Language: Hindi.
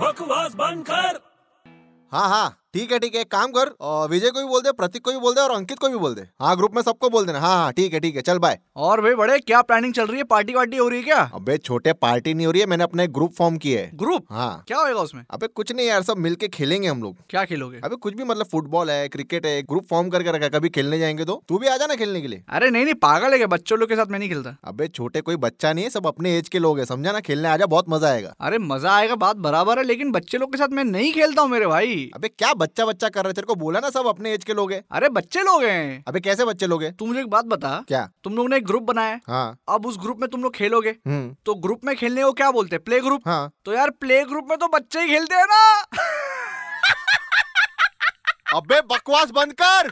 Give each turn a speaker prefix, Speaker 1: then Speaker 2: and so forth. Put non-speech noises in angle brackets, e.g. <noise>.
Speaker 1: बकवास बंद कर
Speaker 2: हाँ हाँ ठीक है ठीक है एक काम कर अ, विजय को भी बोल दे प्रतीक को भी बोल दे और अंकित को भी बोल दे हाँ ग्रुप में सबको बोल देना हाँ हाँ ठीक है ठीक है चल बाय
Speaker 3: और वे बड़े क्या प्लानिंग चल रही है पार्टी वार्टी हो रही है क्या
Speaker 2: अबे छोटे पार्टी नहीं हो रही है मैंने अपने ग्रुप फॉर्म किए है
Speaker 3: ग्रुप
Speaker 2: हाँ
Speaker 3: क्या होएगा उसमें
Speaker 2: अबे कुछ नहीं यार सब मिलके खेलेंगे हम लोग
Speaker 3: क्या खेलोगे
Speaker 2: अबे कुछ भी मतलब फुटबॉल है क्रिकेट है ग्रुप फॉर्म करके रखा है, कभी खेलने जाएंगे तो तू भी आ जाना खेलने के लिए
Speaker 3: अरे नहीं नहीं पागल है क्या बच्चों लोग के साथ मैं नहीं खेलता
Speaker 2: अबे छोटे कोई बच्चा नहीं है सब अपने एज के लोग हैं समझा ना खेलने आ जा बहुत मजा आएगा
Speaker 3: अरे मजा आएगा बात बराबर है लेकिन बच्चे लोग के साथ मैं नहीं खेलता हूँ मेरे भाई
Speaker 2: अबे क्या बच्चा बच्चा कर रहा है तेरे को बोला ना सब अपने एज के लोग हैं
Speaker 3: अरे बच्चे लोग हैं
Speaker 2: अबे कैसे बच्चे लोग हैं
Speaker 3: तू मुझे एक बात बता
Speaker 2: क्या
Speaker 3: तुम लोग ने एक ग्रुप बनाया है।
Speaker 2: हाँ
Speaker 3: अब उस ग्रुप में तुम लोग खेलोगे
Speaker 2: हम्म
Speaker 3: तो ग्रुप में खेलने को क्या बोलते हैं प्ले ग्रुप
Speaker 2: हाँ
Speaker 3: तो यार प्ले ग्रुप में तो बच्चे ही खेलते हैं ना <laughs>
Speaker 2: अबे बकवास बंद कर